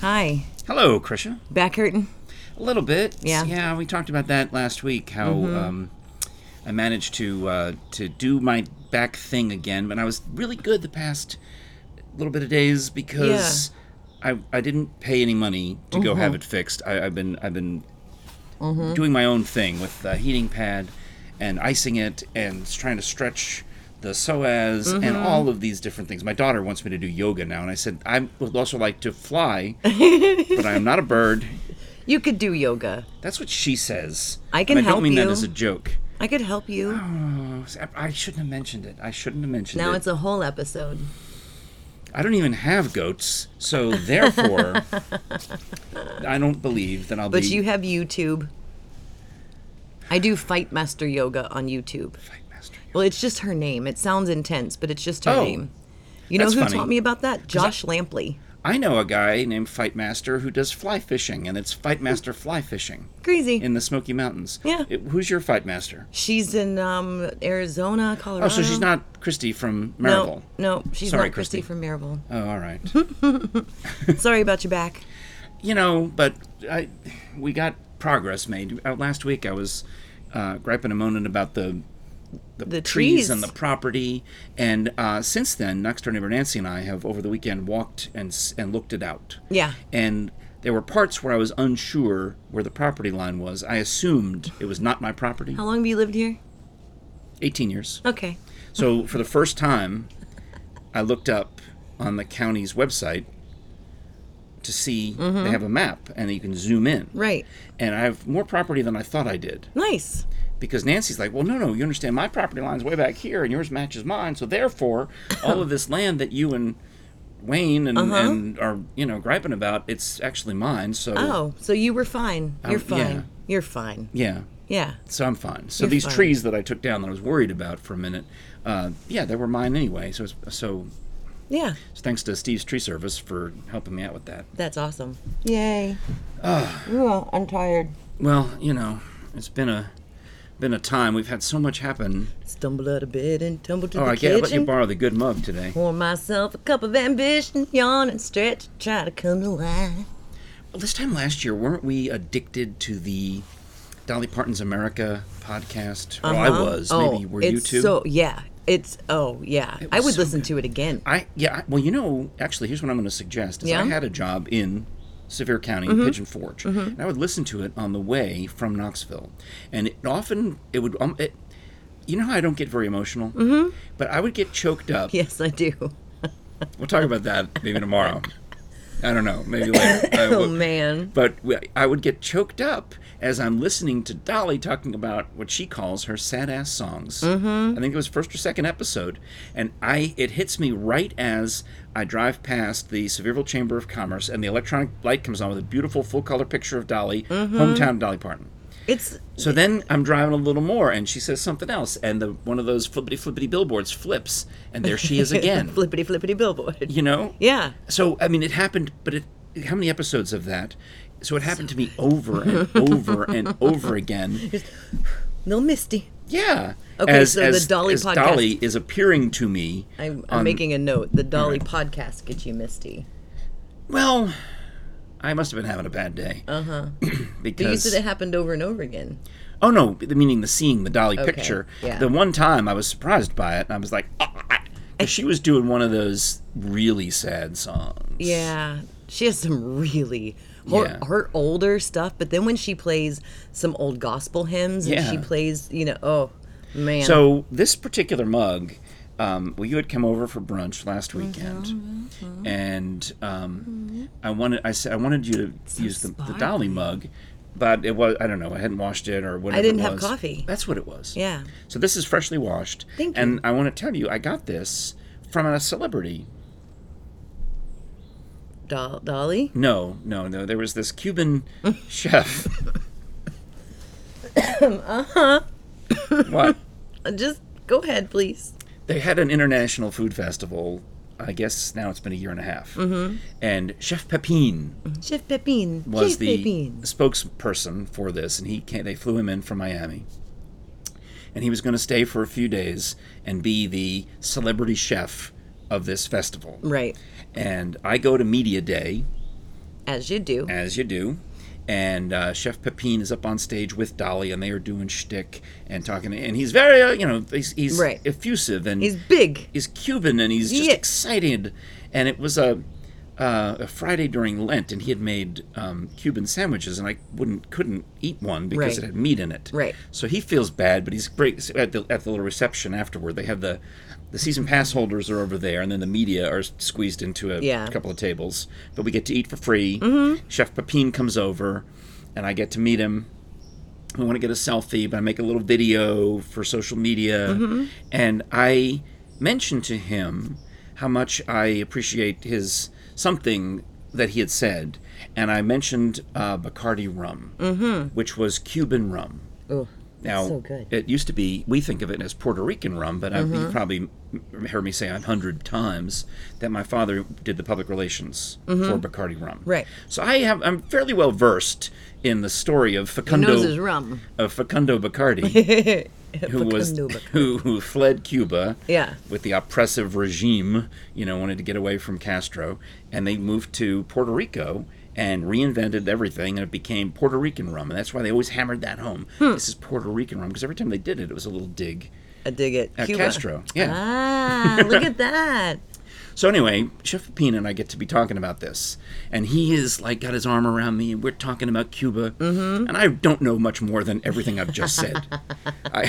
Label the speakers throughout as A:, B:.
A: Hi,
B: Hello, Krisha.
A: back hurting?
B: A little bit.
A: Yeah.
B: Yeah, we talked about that last week. How um, I managed to uh, to do my back thing again, but I was really good the past little bit of days because I I didn't pay any money to go have it fixed. I, I've been I've been doing my own thing with a heating pad and icing it and s- trying to stretch the psoas and all of these different things. My daughter wants me to do yoga now, and I said I would also like to fly, but I am not a bird.
A: You could do yoga.
B: That's what she says.
A: I can
B: and I
A: help
B: don't mean that
A: you.
B: as a joke.
A: I could help you.
B: Oh, s- I- I shouldn't have mentioned it. I shouldn't have mentioned
A: now
B: it.
A: it's a whole episode.
B: I don't even have goats, so therefore, I don't believe that I'll
A: But
B: be.
A: you have YouTube. I do Fight Master Yoga on YouTube.
B: Fight Master.
A: Well, it's just her name. It sounds intense, but it's just her
B: Oh,
A: name. You know
B: that's
A: who
B: funny.
A: taught me about that? Josh Lampley.
B: I know a guy named Fight Master who does fly fishing, and it's Fight Master Fly Fishing
A: Crazy.
B: in the Smoky Mountains.
A: Yeah.
B: It- who's your Fight Master?
A: she's in um, Arizona, Colorado.
B: Oh, so she's not Christy from Maribel.
A: No, no, she's
B: Sorry,
A: not Christy,
B: Christy.
A: from Maryville.
B: Oh, all right.
A: Sorry about your back.
B: you know, but I, we got progress made. Uh, last week I was uh, griping and moaning about the the,
A: The trees.
B: trees and the property, and uh, since then, next door neighbor Nancy and I have over the weekend walked and s- and looked it out.
A: Yeah.
B: And there were parts where I was unsure where the property line was. I assumed it was not my property.
A: How long have you lived here?
B: 18 years.
A: Okay.
B: So for the first time, I looked up on the county's website to see they have a map and you can zoom in.
A: Mm-hmm. Right.
B: And I have more property than I thought I did
A: Nice.
B: because Nancy's like, well, no, no, you understand my property line's way back here and yours matches mine. So therefore, all of this land that you and Wayne and,
A: Uh-huh.
B: and are you know griping about, it's actually mine. So
A: Oh, so you were fine. You're
B: Um,
A: fine.
B: yeah.
A: You're fine.
B: yeah.
A: Yeah.
B: So I'm fine. So
A: You're
B: these
A: fine.
B: trees that I took down that I was worried about for a minute, uh, yeah, they were mine anyway. So it's- so
A: Yeah.
B: thanks to Steve's Tree Service for helping me out with that.
A: That's awesome. Yay.
B: Ah.
A: I'm tired.
B: Well, you know, it's been a been a time. We've had so much happen.
A: Stumble out of bed and tumble to
B: Oh,
A: the
B: I can't let you
A: kitchen.
B: borrow the good mug today.
A: Pour myself a cup of ambition, yawn and stretch, try to come to life.
B: Well, this time last year, weren't we addicted to the Dolly Parton's America podcast? Well, I
A: Uh-huh.
B: was.
A: Oh,
B: Maybe were
A: it's
B: you too?
A: So yeah, it's oh yeah. I
B: was
A: would
B: so
A: listen to it again.
B: I yeah. I- Well, you know, actually, here's what I'm going to suggest. Is
A: Yeah? Mm-hmm.
B: I had a job in Sevier County, Pigeon Forge, and I would listen to it on the way from Knoxville, and it often it would um, it. You know how I don't get very emotional, mm-hmm. but I would get choked up.
A: Yes, I do.
B: We'll talk about that maybe tomorrow. I don't know. Maybe later. I
A: Oh
B: will-
A: man.
B: But w- I would get choked up as I'm listening to Dolly talking about what she calls her sad ass songs. Mm-hmm. I think it was first or second episode, and I it hits me right as I drive past the Sevierville Chamber of Commerce, and the electronic light comes on with a beautiful full color picture of Dolly, hometown Dolly Parton.
A: It's
B: So then I'm driving a little more, and she says something else, and the one of those flippity flippity billboards flips, and there she is again.
A: flippity flippity billboard.
B: you know?
A: Yeah.
B: So I mean, it happened, but it, how many episodes of that? So it happened to me over and over and over again.
A: Little Misty.
B: Yeah.
A: Okay, so the Dolly
B: as
A: podcast-
B: Dolly is appearing to me.
A: I'm, I'm
B: on-
A: making a note. The Dolly podcast gets you misty.
B: Well, I must have been having a bad day. Uh huh.
A: Uh-huh. But you said
B: because
A: it happened over and over again.
B: oh no, the- meaning the seeing the Dolly picture.
A: yeah.
B: The one time I was surprised by it, and I was like, ah, ah, ah," 'cause she was doing one of those really sad songs.
A: Yeah, she has some really her,
B: Yeah.
A: her older stuff, but then when she plays some old gospel hymns and she
B: Yeah.
A: plays, you know, oh man,
B: So this particular mug, um, well, you had come over for brunch
A: Mm-hmm,
B: last weekend, and um, I wanted I said I wanted you to use the, the Dolly mug, but it was I don't know I hadn't washed it or whatever. it
A: didn't have
B: was.
A: coffee.
B: That's what it was.
A: yeah,
B: So this is freshly washed.
A: Thank
B: And I want to tell you, I got this from a celebrity.
A: Dol- Dolly.
B: No, no, no. There was this Cuban chef.
A: Uh-huh.
B: uh huh. what?
A: Uh, Just go ahead, please.
B: they had an international food festival. I guess now it's been a year and a half. Mm-hmm. And Chef Pepin
A: Chef Pepin
B: was
A: Chef
B: the
A: Pepin.
B: spokesperson for this, and he came, they flew him in from Miami. And he was going to stay for a few days and be the celebrity chef of this festival.
A: Right.
B: And I go to media day
A: as you do.
B: as you do. And uh, Chef Pepin is up on stage with Dolly, and they are doing shtick and talking. And he's very, uh, you know, he's, he's
A: Right.
B: effusive and
A: He's big.
B: he's Cuban and he's just
A: Yeah.
B: excited. And it was a, uh, a Friday during Lent, and he had made um, Cuban sandwiches, and I wouldn't couldn't eat one because
A: Right.
B: it had meat in it.
A: Right.
B: So he feels bad, but he's great so at the at the little reception afterward. They have the the season pass holders are over there, and then the media are squeezed into a
A: Yeah.
B: couple of tables. But we get to eat for free. Chef Pepin comes over, and I get to meet him. I want to get a selfie, but I make a little video for social media. And I mentioned to him how much I appreciate his something that he had said. And I mentioned uh, Bacardi rum, which was Cuban rum.
A: Oh,
B: Now,
A: so good. Mm-hmm.
B: it used to be, we think of it as Puerto Rican rum, but I, you probably m- heard me say a hundred times that my father did the public relations for Bacardi rum.
A: Mm-hmm. Right.
B: So I have, I'm fairly well versed in the story of Facundo
A: nose is rum.
B: of Facundo Bacardi, who was
A: Facundo Bacardi.
B: who, who fled Cuba
A: Yeah.
B: with the oppressive regime, you know, wanted to get away from Castro, and they moved to Puerto Rico and reinvented everything, and it became Puerto Rican rum, and that's why they always hammered that home.
A: Hmm.
B: This is Puerto Rican rum because every time they did it, it was a little dig
A: I dig it.
B: at
A: Cuba.
B: Castro. Yeah.
A: Ah, look at that.
B: So anyway, Chef Pepin and I get to be talking about this, and he is like got his arm around me, and we're talking about Cuba, mm-hmm. and I don't know much more than everything I've just said. I,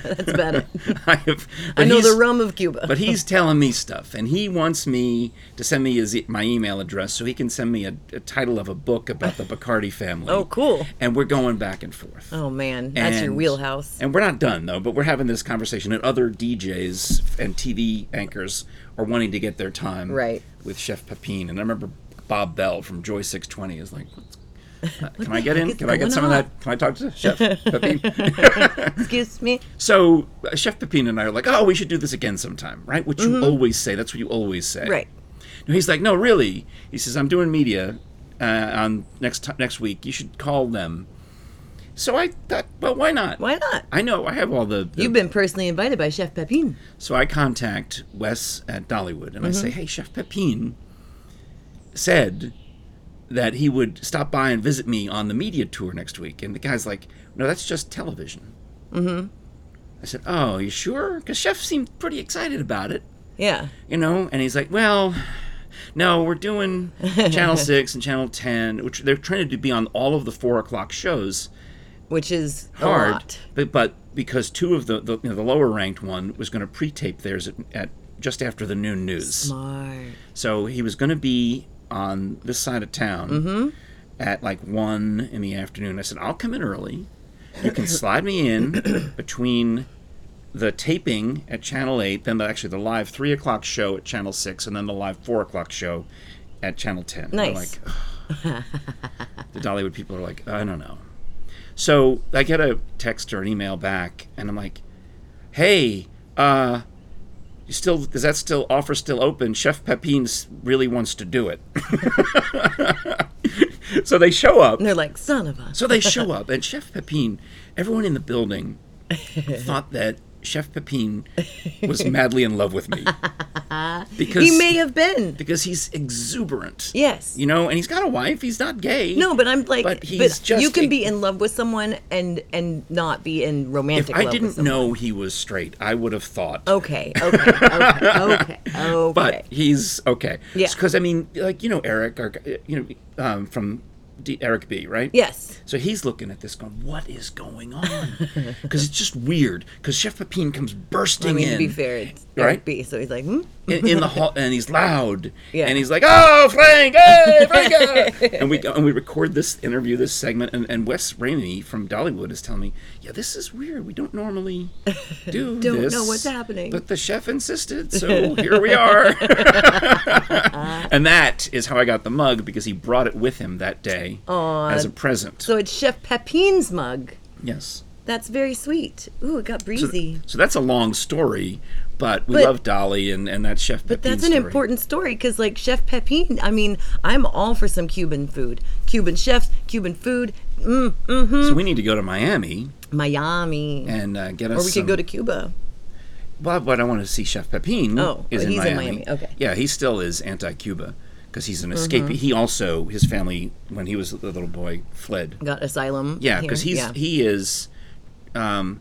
A: That's better.
B: I have.
A: I
B: but
A: know the
B: he's-
A: rum of Cuba.
B: But he's telling me stuff, and he wants me to send me his e- my email address so he can send me a, a title of a book about the Bacardi family.
A: Oh, cool.
B: And we're going back and forth.
A: oh man, that's your
B: And-
A: wheelhouse.
B: And we're not done though, but we're having this conversation, and other DJs and TV anchors are wanting to get their time
A: Right.
B: with Chef Pepin. And I remember Bob Bell from Joy Six Twenty is like. "What's- uh, can I get in?
A: heck
B: Can
A: is
B: I get
A: going
B: some
A: on?"
B: of that? Can I talk to Chef Pepin?
A: Excuse me.
B: So uh, Chef Pepin and I are like, oh, we should do this again sometime, right? Which you always say. That's what you always say.
A: Mm-hmm. Right.
B: And he's like, no, really. He says, I'm doing media uh, on next t- next week. You should call them. So I thought, well, why not?
A: Why not?
B: I know I have all the. the-
A: You've been personally invited by Chef Pepin.
B: so I contact Wes at Dollywood and I
A: Mm-hmm.
B: say, hey, Chef Pepin said that he would stop by and visit me on the media tour next week. And the guy's like, no, that's just television. Mm-hmm. I said, oh, you sure? Because Chef seemed pretty excited about it
A: Yeah.
B: you know and he's like well no we're doing channel 6 and channel 10 which they're trying to be on all of the four o'clock shows
A: Which is a
B: hard
A: lot.
B: but, but because two of the the, you know, the lower ranked one was going to pre-tape theirs at, at just after the noon news
A: Smart.
B: so he was going to be on this side of town at like one in the afternoon. I said, I'll come in early. You can slide me in between the taping at Channel 8, then the, actually the live 3 o'clock show at Channel 6, and then the live 4 o'clock show at Channel 10. They're
A: Nice.
B: Like, the Dollywood people are like, I don't know. So I get a text or an email back, and I'm like, hey, uh, you still is that still offer still open? Chef Pepin s- really wants to do it. so they show up.
A: And they're like, son of a.
B: So they show up, and Chef Pepin, everyone in the building thought that Chef Pepin was madly in love with me because
A: He may have been.
B: because he's exuberant.
A: Yes.
B: you know, and he's got a wife. He's not gay.
A: No, but I'm like,
B: But
A: but
B: he's just
A: you can
B: a-
A: be in love with someone and and not be in romantic.
B: I
A: love with
B: didn't
A: someone.
B: know he was straight. I would have thought.
A: Okay, okay, okay, okay, okay.
B: but he's okay.
A: Yeah.
B: Because I mean, like you know, Eric, or you know, um, from D- Eric B. Right.
A: yes,
B: So he's looking at this, going, "What is going on?" Because it's just weird. Because Chef Pepin comes bursting
A: I mean
B: in,
A: to be fair, it's
B: right?
A: right? B, so he's like, hmm?
B: in, in the hall, and he's loud,
A: Yeah.
B: and he's like, "Oh, Frank, hey, Frank!" uh." and we go, and we record this interview, this segment, and, and Wes Ramey from Dollywood is telling me, "Yeah, this is weird. We don't normally do
A: Don't know
B: this.
A: what's happening."
B: but the chef insisted, so here we are." and that is how I got the mug because he brought it with him that day as a present.
A: So it's Chef Pepin's mug.
B: yes.
A: That's very sweet. Ooh, it got breezy.
B: So that's a long story, but we
A: But-
B: love Dolly and, and that chef. But
A: That's an important story because, like Chef Pepin, I mean, I'm all for some Cuban food, Cuban chefs, Cuban food, mm, mm-hmm.
B: So we need to go to Miami
A: Miami,
B: and uh, get us.
A: or we
B: some,
A: could go to Cuba.
B: Well, but I want to see Chef Pepin.
A: Oh,
B: is
A: well,
B: in
A: he's in
B: Miami.
A: Miami. Okay. Mm-hmm.
B: Yeah, he still is anti-Cuba because he's an escapee. He also his family when he was a little boy fled.
A: Got asylum.
B: Yeah,
A: here,
B: because he's
A: yeah.
B: he is, um,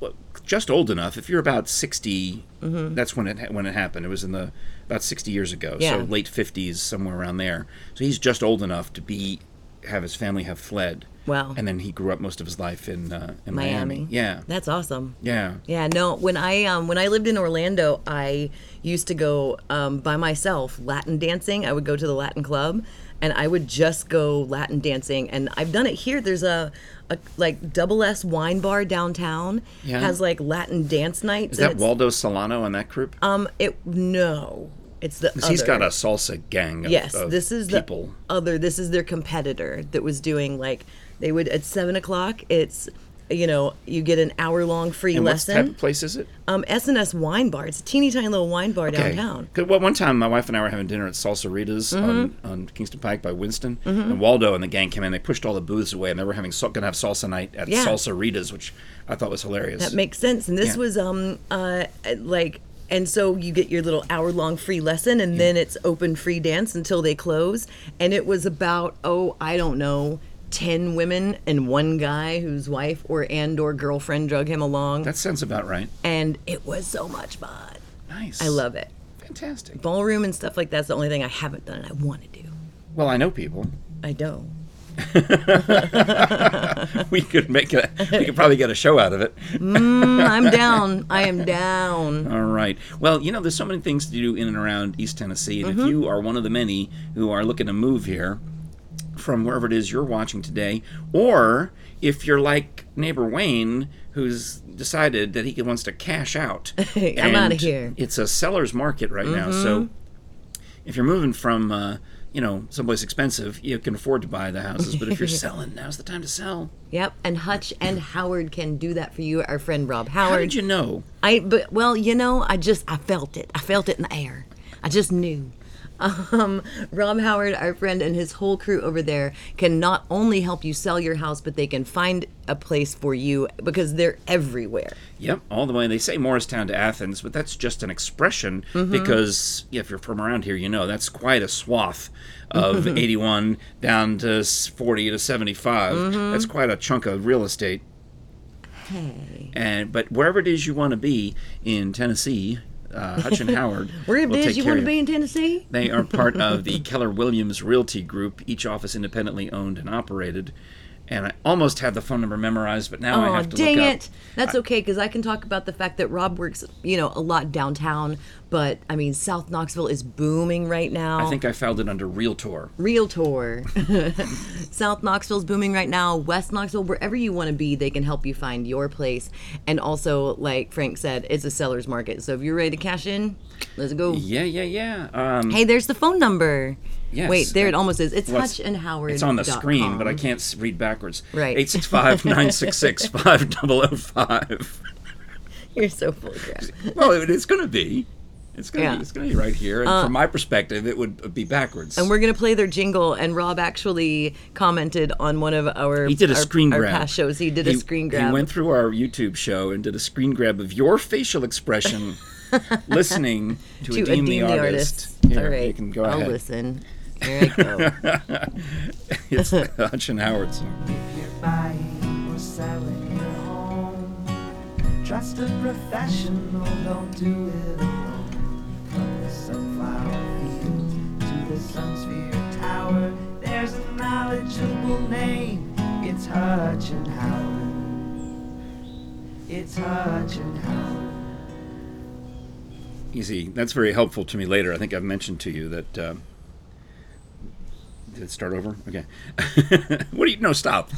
B: well, just old enough. If you're about 60
A: Mm-hmm.
B: that's when it ha- when it happened. It was in the about sixty years ago,
A: Yeah.
B: so late fifties, somewhere around there. So he's just old enough to be have his family have fled.
A: Wow.
B: And then he grew up most of his life in uh, in Miami.
A: Miami.
B: Yeah.
A: That's awesome.
B: yeah.
A: Yeah, no. When I um, when I lived in Orlando, I used to go um, by myself Latin dancing. I would go to the Latin club, and I would just go Latin dancing. And I've done it here. There's a, a like double S wine bar downtown
B: Yeah.
A: has like Latin dance nights.
B: Is
A: and
B: that
A: it's-
B: Waldo Solano in that group?
A: Um, it no, it's the. Other.
B: He's got a salsa gang. Of,
A: Yes,
B: of
A: this is
B: people.
A: the other. This is their competitor that was doing like they would at seven o'clock. It's you know you get an hour long free
B: And
A: lesson.
B: What type of place is it?
A: Um, S&S Wine Bar. It's a teeny tiny little wine bar downtown.
B: Because well, one time my wife and I were having dinner at Salsarita's on,
A: Mm-hmm.
B: on Kingston Pike by Winston, and Waldo and the gang came in. They pushed all the booths away, and they were having sal- gonna have salsa night at
A: Yeah.
B: Salsarita's, which I thought was hilarious.
A: That makes sense. And this
B: Yeah.
A: was um uh like and so you get your little hour long free lesson and then it's open free dance until they close and it was about oh I don't know 10 women and one guy whose wife or and or girlfriend drug him along
B: that sounds about right.
A: and it was so much fun.
B: Nice.
A: I love it.
B: Fantastic.
A: Ballroom and stuff like that's the only thing I haven't done and I want to do.
B: Well, I know people.
A: I don't.
B: We could make a. We could probably get a show out of it.
A: Mm, I'm down. I am down.
B: All right. Well, you know, there's so many things to do in and around East Tennessee,
A: Mm-hmm.
B: and if you are one of the many who are looking to move here from wherever it is you're watching today, or if you're like neighbor Wayne, who's decided that he wants to cash out,
A: I'm outta
B: and
A: here. Mm-hmm.
B: It's a seller's market right now, so if you're moving from. Uh, you know, someplace expensive, you can afford to buy the houses, but if you're selling, now's the time to sell.
A: Yep, and Hutch and Howard can do that for you. Our friend Rob
B: How
A: Howard.
B: did you know?
A: I but well, you know, I just I felt it. I felt it in the air. I just knew. Um, Rob Howard, our friend, and his whole crew over there can not only help you sell your house, but they can find a place for you because they're everywhere.
B: Yep, all the way. They say Morristown to Athens, but that's just an expression
A: Mm-hmm.
B: because yeah, if you're from around here, you know that's quite a swath of
A: Mm-hmm.
B: 81 down to s- 40 to 75.
A: Mm-hmm.
B: That's quite a chunk of real estate.
A: Hey,
B: And but wherever it is you want to be in Tennessee, uh, Hutch and Howard,
A: where
B: will
A: it
B: take
A: is you
B: care
A: want
B: of
A: to be in Tennessee?
B: They are part of the Keller Williams Realty Group, each office independently owned and operated. And I almost had the phone number memorized, but now I
A: Oh,
B: have to
A: dang
B: look up.
A: it. That's okay because I can talk about the fact that Rob works, you know, a lot downtown, but I mean, South Knoxville is booming right now.
B: I think I filed it under Realtor.
A: Realtor. South Knoxville's booming right now. West Knoxville, wherever you want to be, they can help you find your place. And also, like Frank said, it's a seller's market. So if you're ready to cash in, let's go.
B: Yeah, yeah, yeah. Um,
A: Hey, there's the phone number.
B: Yes.
A: Wait, there it almost is. It's
B: well,
A: Hutch and Howard.
B: it's on the screen, but I can't s- read backwards.
A: Right.
B: 865 966 5005.
A: You're so full of crap.
B: Well, it, it's going to be. It's going to
A: Yeah. Uh,
B: be. It's going to be right here. And from my perspective, it would be backwards.
A: And we're gonna play their jingle. And Rob actually commented on one of our
B: he did a
A: our-
B: screen
A: our
B: grab.
A: past shows. He did a screen grab.
B: He went through our YouTube show and did a screen grab of your facial expression listening to,
A: to
B: Adeem, the Artist.
A: artists.
B: Here,
A: All right,
B: You can go
A: I'll
B: ahead.
A: listen. There I go.
B: It's the Hutch and Howard song.
C: buying or selling your home. Trust a professional, don't do it alone. From the sunflower fields to the sunsphere tower, there's a knowledgeable name. It's Hutch and Howard. It's Hutch and Howard.
B: Easy. That's very helpful to me later. I think I've mentioned to you that. Uh, did it start over? Okay. what do you? No, stop.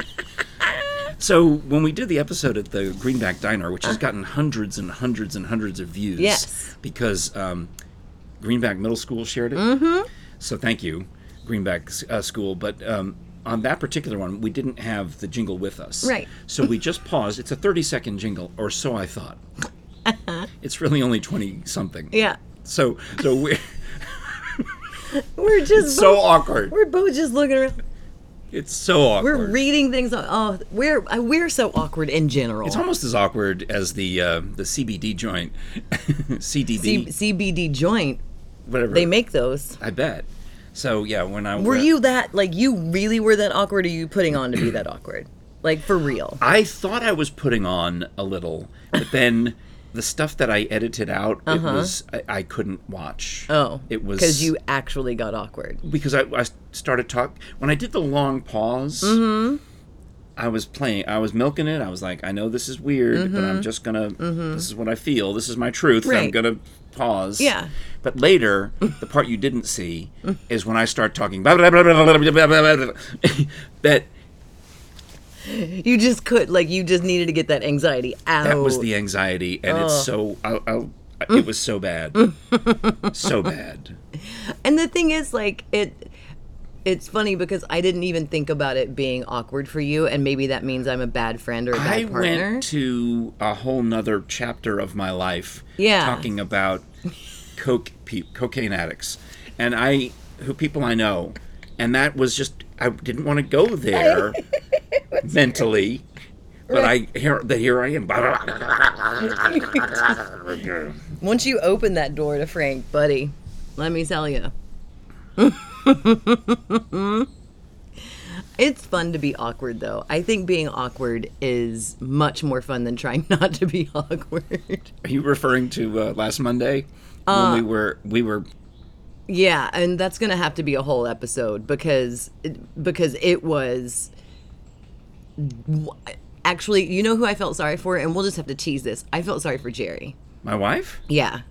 B: so when we did the episode at the Greenback Diner, which has gotten hundreds and hundreds and hundreds of views,
A: Yes.
B: because um, Greenback Middle School shared it. Mm-hmm. So thank you, Greenback uh, School. But um, on that particular one, we didn't have the jingle with us.
A: Right.
B: So we just paused. It's a 30 second jingle, or so I thought. It's really only 20 something.
A: yeah.
B: So so we're
A: We're just
B: so
A: both,
B: awkward.
A: we're both just looking around.
B: It's so awkward.
A: We're reading things. On, oh, we're uh, we're so awkward in general.
B: it's almost as awkward as the uh, the CBD joint,
A: C-
B: CDB.
A: CBD joint.
B: whatever.
A: They make those.
B: I bet. So yeah, when I
A: Were you that like you really were that awkward? Or you putting on to be that awkward? Like for real?
B: I thought I was putting on a little, but then the stuff that I edited out, it was I, I couldn't watch.
A: Uh-huh. Oh,
B: it was
A: because you actually got awkward.
B: because I, I started talk when I did the long pause.
A: Mm-hmm.
B: I was playing. I was milking it. I was like, I know this is weird, but I'm just gonna. This is what I feel. This is my truth. and I'm
A: Mm-hmm. Right.
B: gonna pause.
A: Yeah. Mm.
B: But later, the part you didn't see is when I start talking. that
A: You just could like you just needed to get that anxiety out.
B: that was the anxiety, and it's so. I, I,
A: Mm.
B: it was so bad, so bad.
A: And the thing is, like it, it's funny because I didn't even think about it being awkward for you, and maybe that means I'm a bad friend or a bad
B: I
A: partner.
B: went to a whole nother chapter of my life
A: Yeah.
B: talking about coke pe- cocaine addicts and I who people I know and that was just I didn't want to go there mentally but I here that here I am
A: Once you open that door to Frank, buddy, let me tell you. it's fun to be awkward, though. I think being awkward is much more fun than trying not to be awkward.
B: are you referring to uh, last Monday
A: Uh.
B: when we were we were
A: yeah, and that's going to have to be a whole episode because it, because it was actually, you know who I felt sorry for, and we'll just have to tease this. I felt sorry for Jerry.
B: my wife
A: Yeah,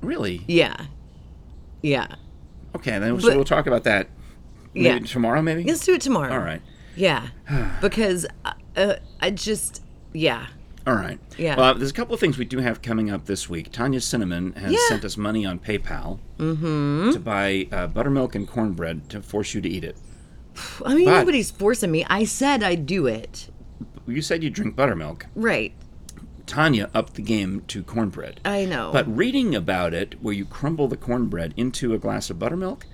B: really
A: yeah, yeah.
B: okay then so
A: But-
B: we'll talk about that maybe
A: Yeah.
B: tomorrow maybe
A: Let's do it tomorrow.
B: all right
A: Yeah, because uh, uh, I just yeah.
B: All right.
A: Yeah.
B: Well, there's a couple of things we do have coming up this week. Tanya Cinnamon has
A: Yeah. Mm-hmm.
B: sent us money on PayPal to buy uh, buttermilk and cornbread to force you to eat it.
A: I mean,
B: But-
A: nobody's forcing me. I said I'd do it.
B: You said you drink buttermilk.
A: Right.
B: Tanya upped the game to cornbread.
A: I know.
B: But reading about it, where you crumble the cornbread into a glass of buttermilk,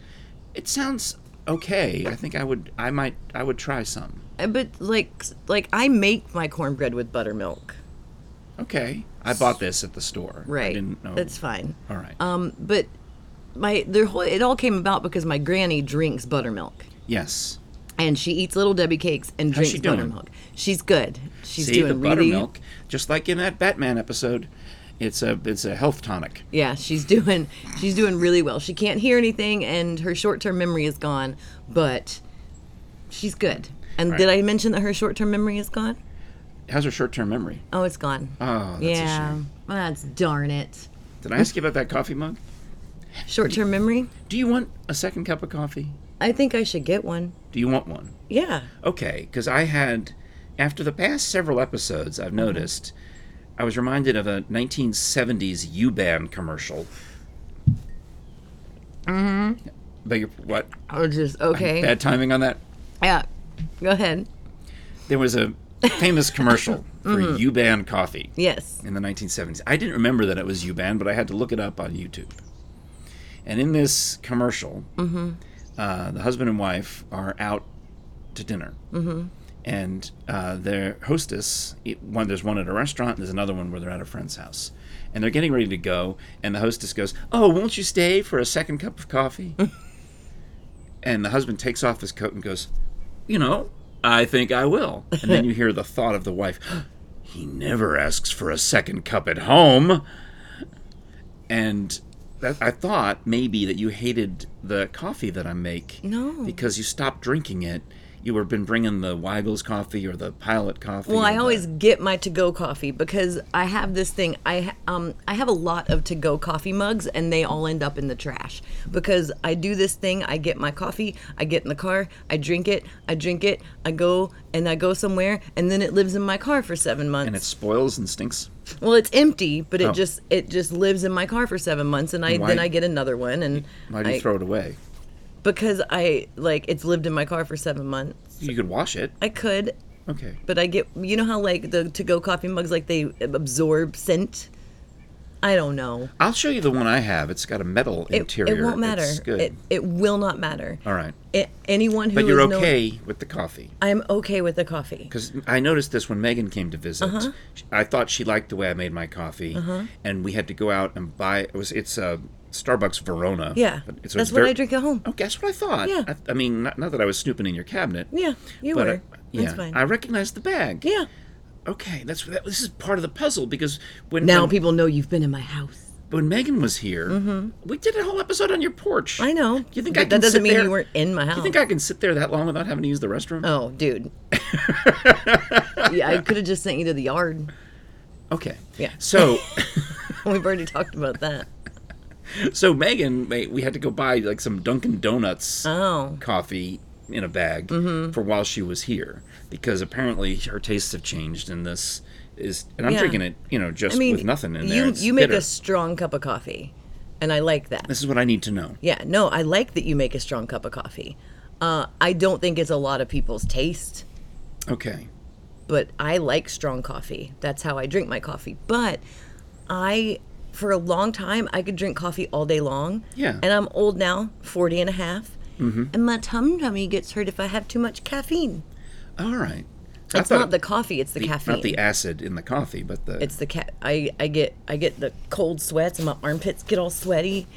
B: it sounds okay. I think I would. I might. I would try some.
A: Uh, but like like I make my cornbread with buttermilk.
B: Okay. I bought this at the store.
A: Right.
B: I didn't know.
A: That's fine.
B: All right.
A: Um, but my the whole it all came about because my granny drinks buttermilk.
B: yes.
A: And she eats little Debbie cakes and
B: How's
A: drinks
B: she doing?
A: buttermilk. She's good. She's
B: See
A: doing
B: the
A: really
B: buttermilk, just like in that Batman episode. It's a it's a health tonic.
A: Yeah, she's doing she's doing really well. She can't hear anything and her short-term memory is gone, but she's good. And did I mention that her short-term memory is gone?
B: How's her short term memory?
A: Oh, it's gone.
B: Oh, that's a
A: yeah.
B: shame.
A: That's darn it.
B: Did I ask you about that coffee mug?
A: Short-term memory?
B: Do you want a second cup of coffee?
A: I think I should get one.
B: Do you want one?
A: Yeah.
B: Okay, because I had after the past several episodes,
A: Mm-hmm.
B: I've noticed I was reminded of a 1970s U-Ban commercial. Mm-hmm. Beg your, what?
A: I'll just okay.
B: Bad timing on that.
A: Yeah. Go ahead.
B: There was a famous commercial for
A: Mm-hmm.
B: U-Ban coffee.
A: Yes.
B: in the 1970s. I didn't remember that it was U-Ban, but I had to look it up on YouTube. And in this commercial, uh, the husband and wife are out to dinner, and uh, their hostess. It, one there's one at a restaurant, and there's another one where they're at a friend's house, and they're getting ready to go. And the hostess goes, "Oh, won't you stay for a second cup of coffee?" and the husband takes off his coat and goes, "You know, I think I will." And then you hear the thought of the wife. he never asks for a second cup at home. And that, I thought maybe that you hated the coffee that I make.
A: No.
B: Because you stopped drinking it. You were been bringing the Weigel's coffee or the Pilot coffee.
A: Well,
B: or
A: I
B: the-
A: always get my to-go coffee because I have this thing. I ha- um I have a lot of to-go coffee mugs, and they all end up in the trash because I do this thing. I get my coffee, I get in the car, I drink it, I drink it, I go and I go somewhere, and then it lives in my car for seven months.
B: and it spoils and stinks.
A: well, it's empty, but it
B: Oh.
A: just it just lives in my car for seven months, and I
B: Why-
A: then I get another one, and
B: Why do you
A: I-
B: throw it away?
A: because I like it's lived in my car for seven months.
B: You could wash it.
A: I could
B: Okay.
A: but I get you know how like the to go coffee mugs like they absorb scent. I don't know.
B: I'll show you the one I have. It's got a metal
A: It,
B: interior.
A: it won't matter.
B: It's good.
A: It it will not matter.
B: All right.
A: A- anyone who
B: But you're
A: is no-
B: okay with the coffee.
A: I'm okay with the coffee.
B: Because I noticed this when Megan came to visit.
A: Uh-huh.
B: Sh- I thought she liked the way I made my coffee, and we had to go out and buy. It was it's a Starbucks Verona.
A: Yeah,
B: But it's-
A: that's
B: it's
A: what
B: ver-
A: I drink at home.
B: Oh, that's what I thought.
A: Yeah.
B: I, I mean, not, not that I was snooping in your cabinet.
A: Yeah, you
B: but
A: were.
B: I, yeah,
A: that's fine.
B: I recognized the bag.
A: yeah.
B: Okay, that's that, this is part of the puzzle because when
A: Now
B: when,
A: people know you've been in my house.
B: when Megan was here, we did a whole episode on your porch.
A: Mm-hmm. I know.
B: You think
A: but
B: I
A: that
B: can
A: doesn't
B: sit
A: mean
B: there-
A: you weren't in my house?
B: You think I can sit there that long without having to use the restroom?
A: oh, dude. yeah, I could have just sent you to the yard.
B: okay.
A: Oh. Yeah.
B: So,
A: We've already talked about that.
B: so Megan, ma- we had to go buy like some Dunkin' Donuts
A: Oh. Mm-hmm.
B: coffee in a bag for while she was here because apparently her tastes have changed and this is and I'm
A: Yeah.
B: drinking it, you know, just
A: I mean,
B: with nothing in
A: you
B: there. It's
A: you make
B: bitter.
A: a strong cup of coffee, and I like that.
B: This is what I need to know.
A: Yeah, no, I like that you make a strong cup of coffee. Uh, I don't think it's a lot of people's taste,
B: Okay.
A: but I like strong coffee. That's how I drink my coffee. But I, for a long time, I could drink coffee all day long.
B: Yeah. Mm-hmm.
A: And I'm old now, 40 and a half. And my tum tummy gets hurt if I have too much caffeine.
B: All right. I
A: It's
B: thought
A: not the coffee, it's the, caffeine.
B: Not the acid in the coffee, but the
A: it's the cat. I, I get I get the cold sweats and my armpits get all sweaty,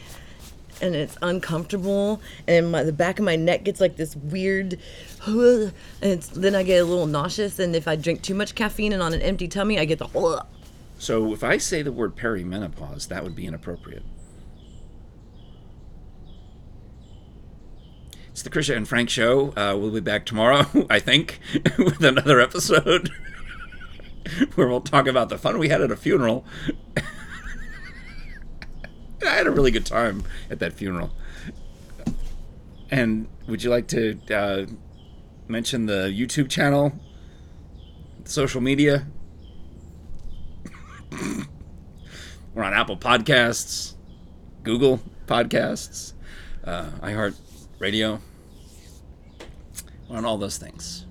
A: and it's uncomfortable. And my, the back of my neck gets like this weird, and it's, then I get a little nauseous. And if I drink too much caffeine and on an empty tummy, I get the.
B: So if I say the word perimenopause, that would be inappropriate. It's the Krisha and Frank show. Uh, we'll be back tomorrow, I think, with another episode where we'll talk about the fun we had at a funeral. I had a really good time at that funeral. And would you like to uh, mention the YouTube channel, social media? We're on Apple Podcasts, Google Podcasts, uh, iHeart Radio. We're on all those things.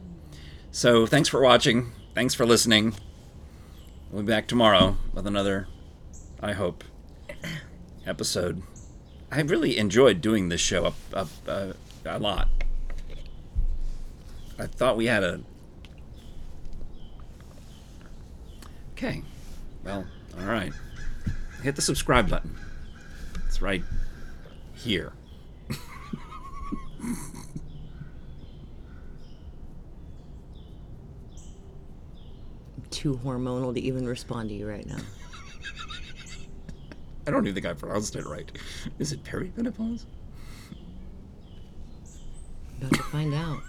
B: So thanks for watching. Thanks for listening. We'll be back tomorrow with another, I hope, episode. I really enjoyed doing this show up, up uh, a lot. I thought we had a. Okay. Well, all right hit the subscribe button. It's right here.
A: Too hormonal to even respond to you right now.
B: I don't even think I pronounced it right. Is it perimenopause?
A: About to find out.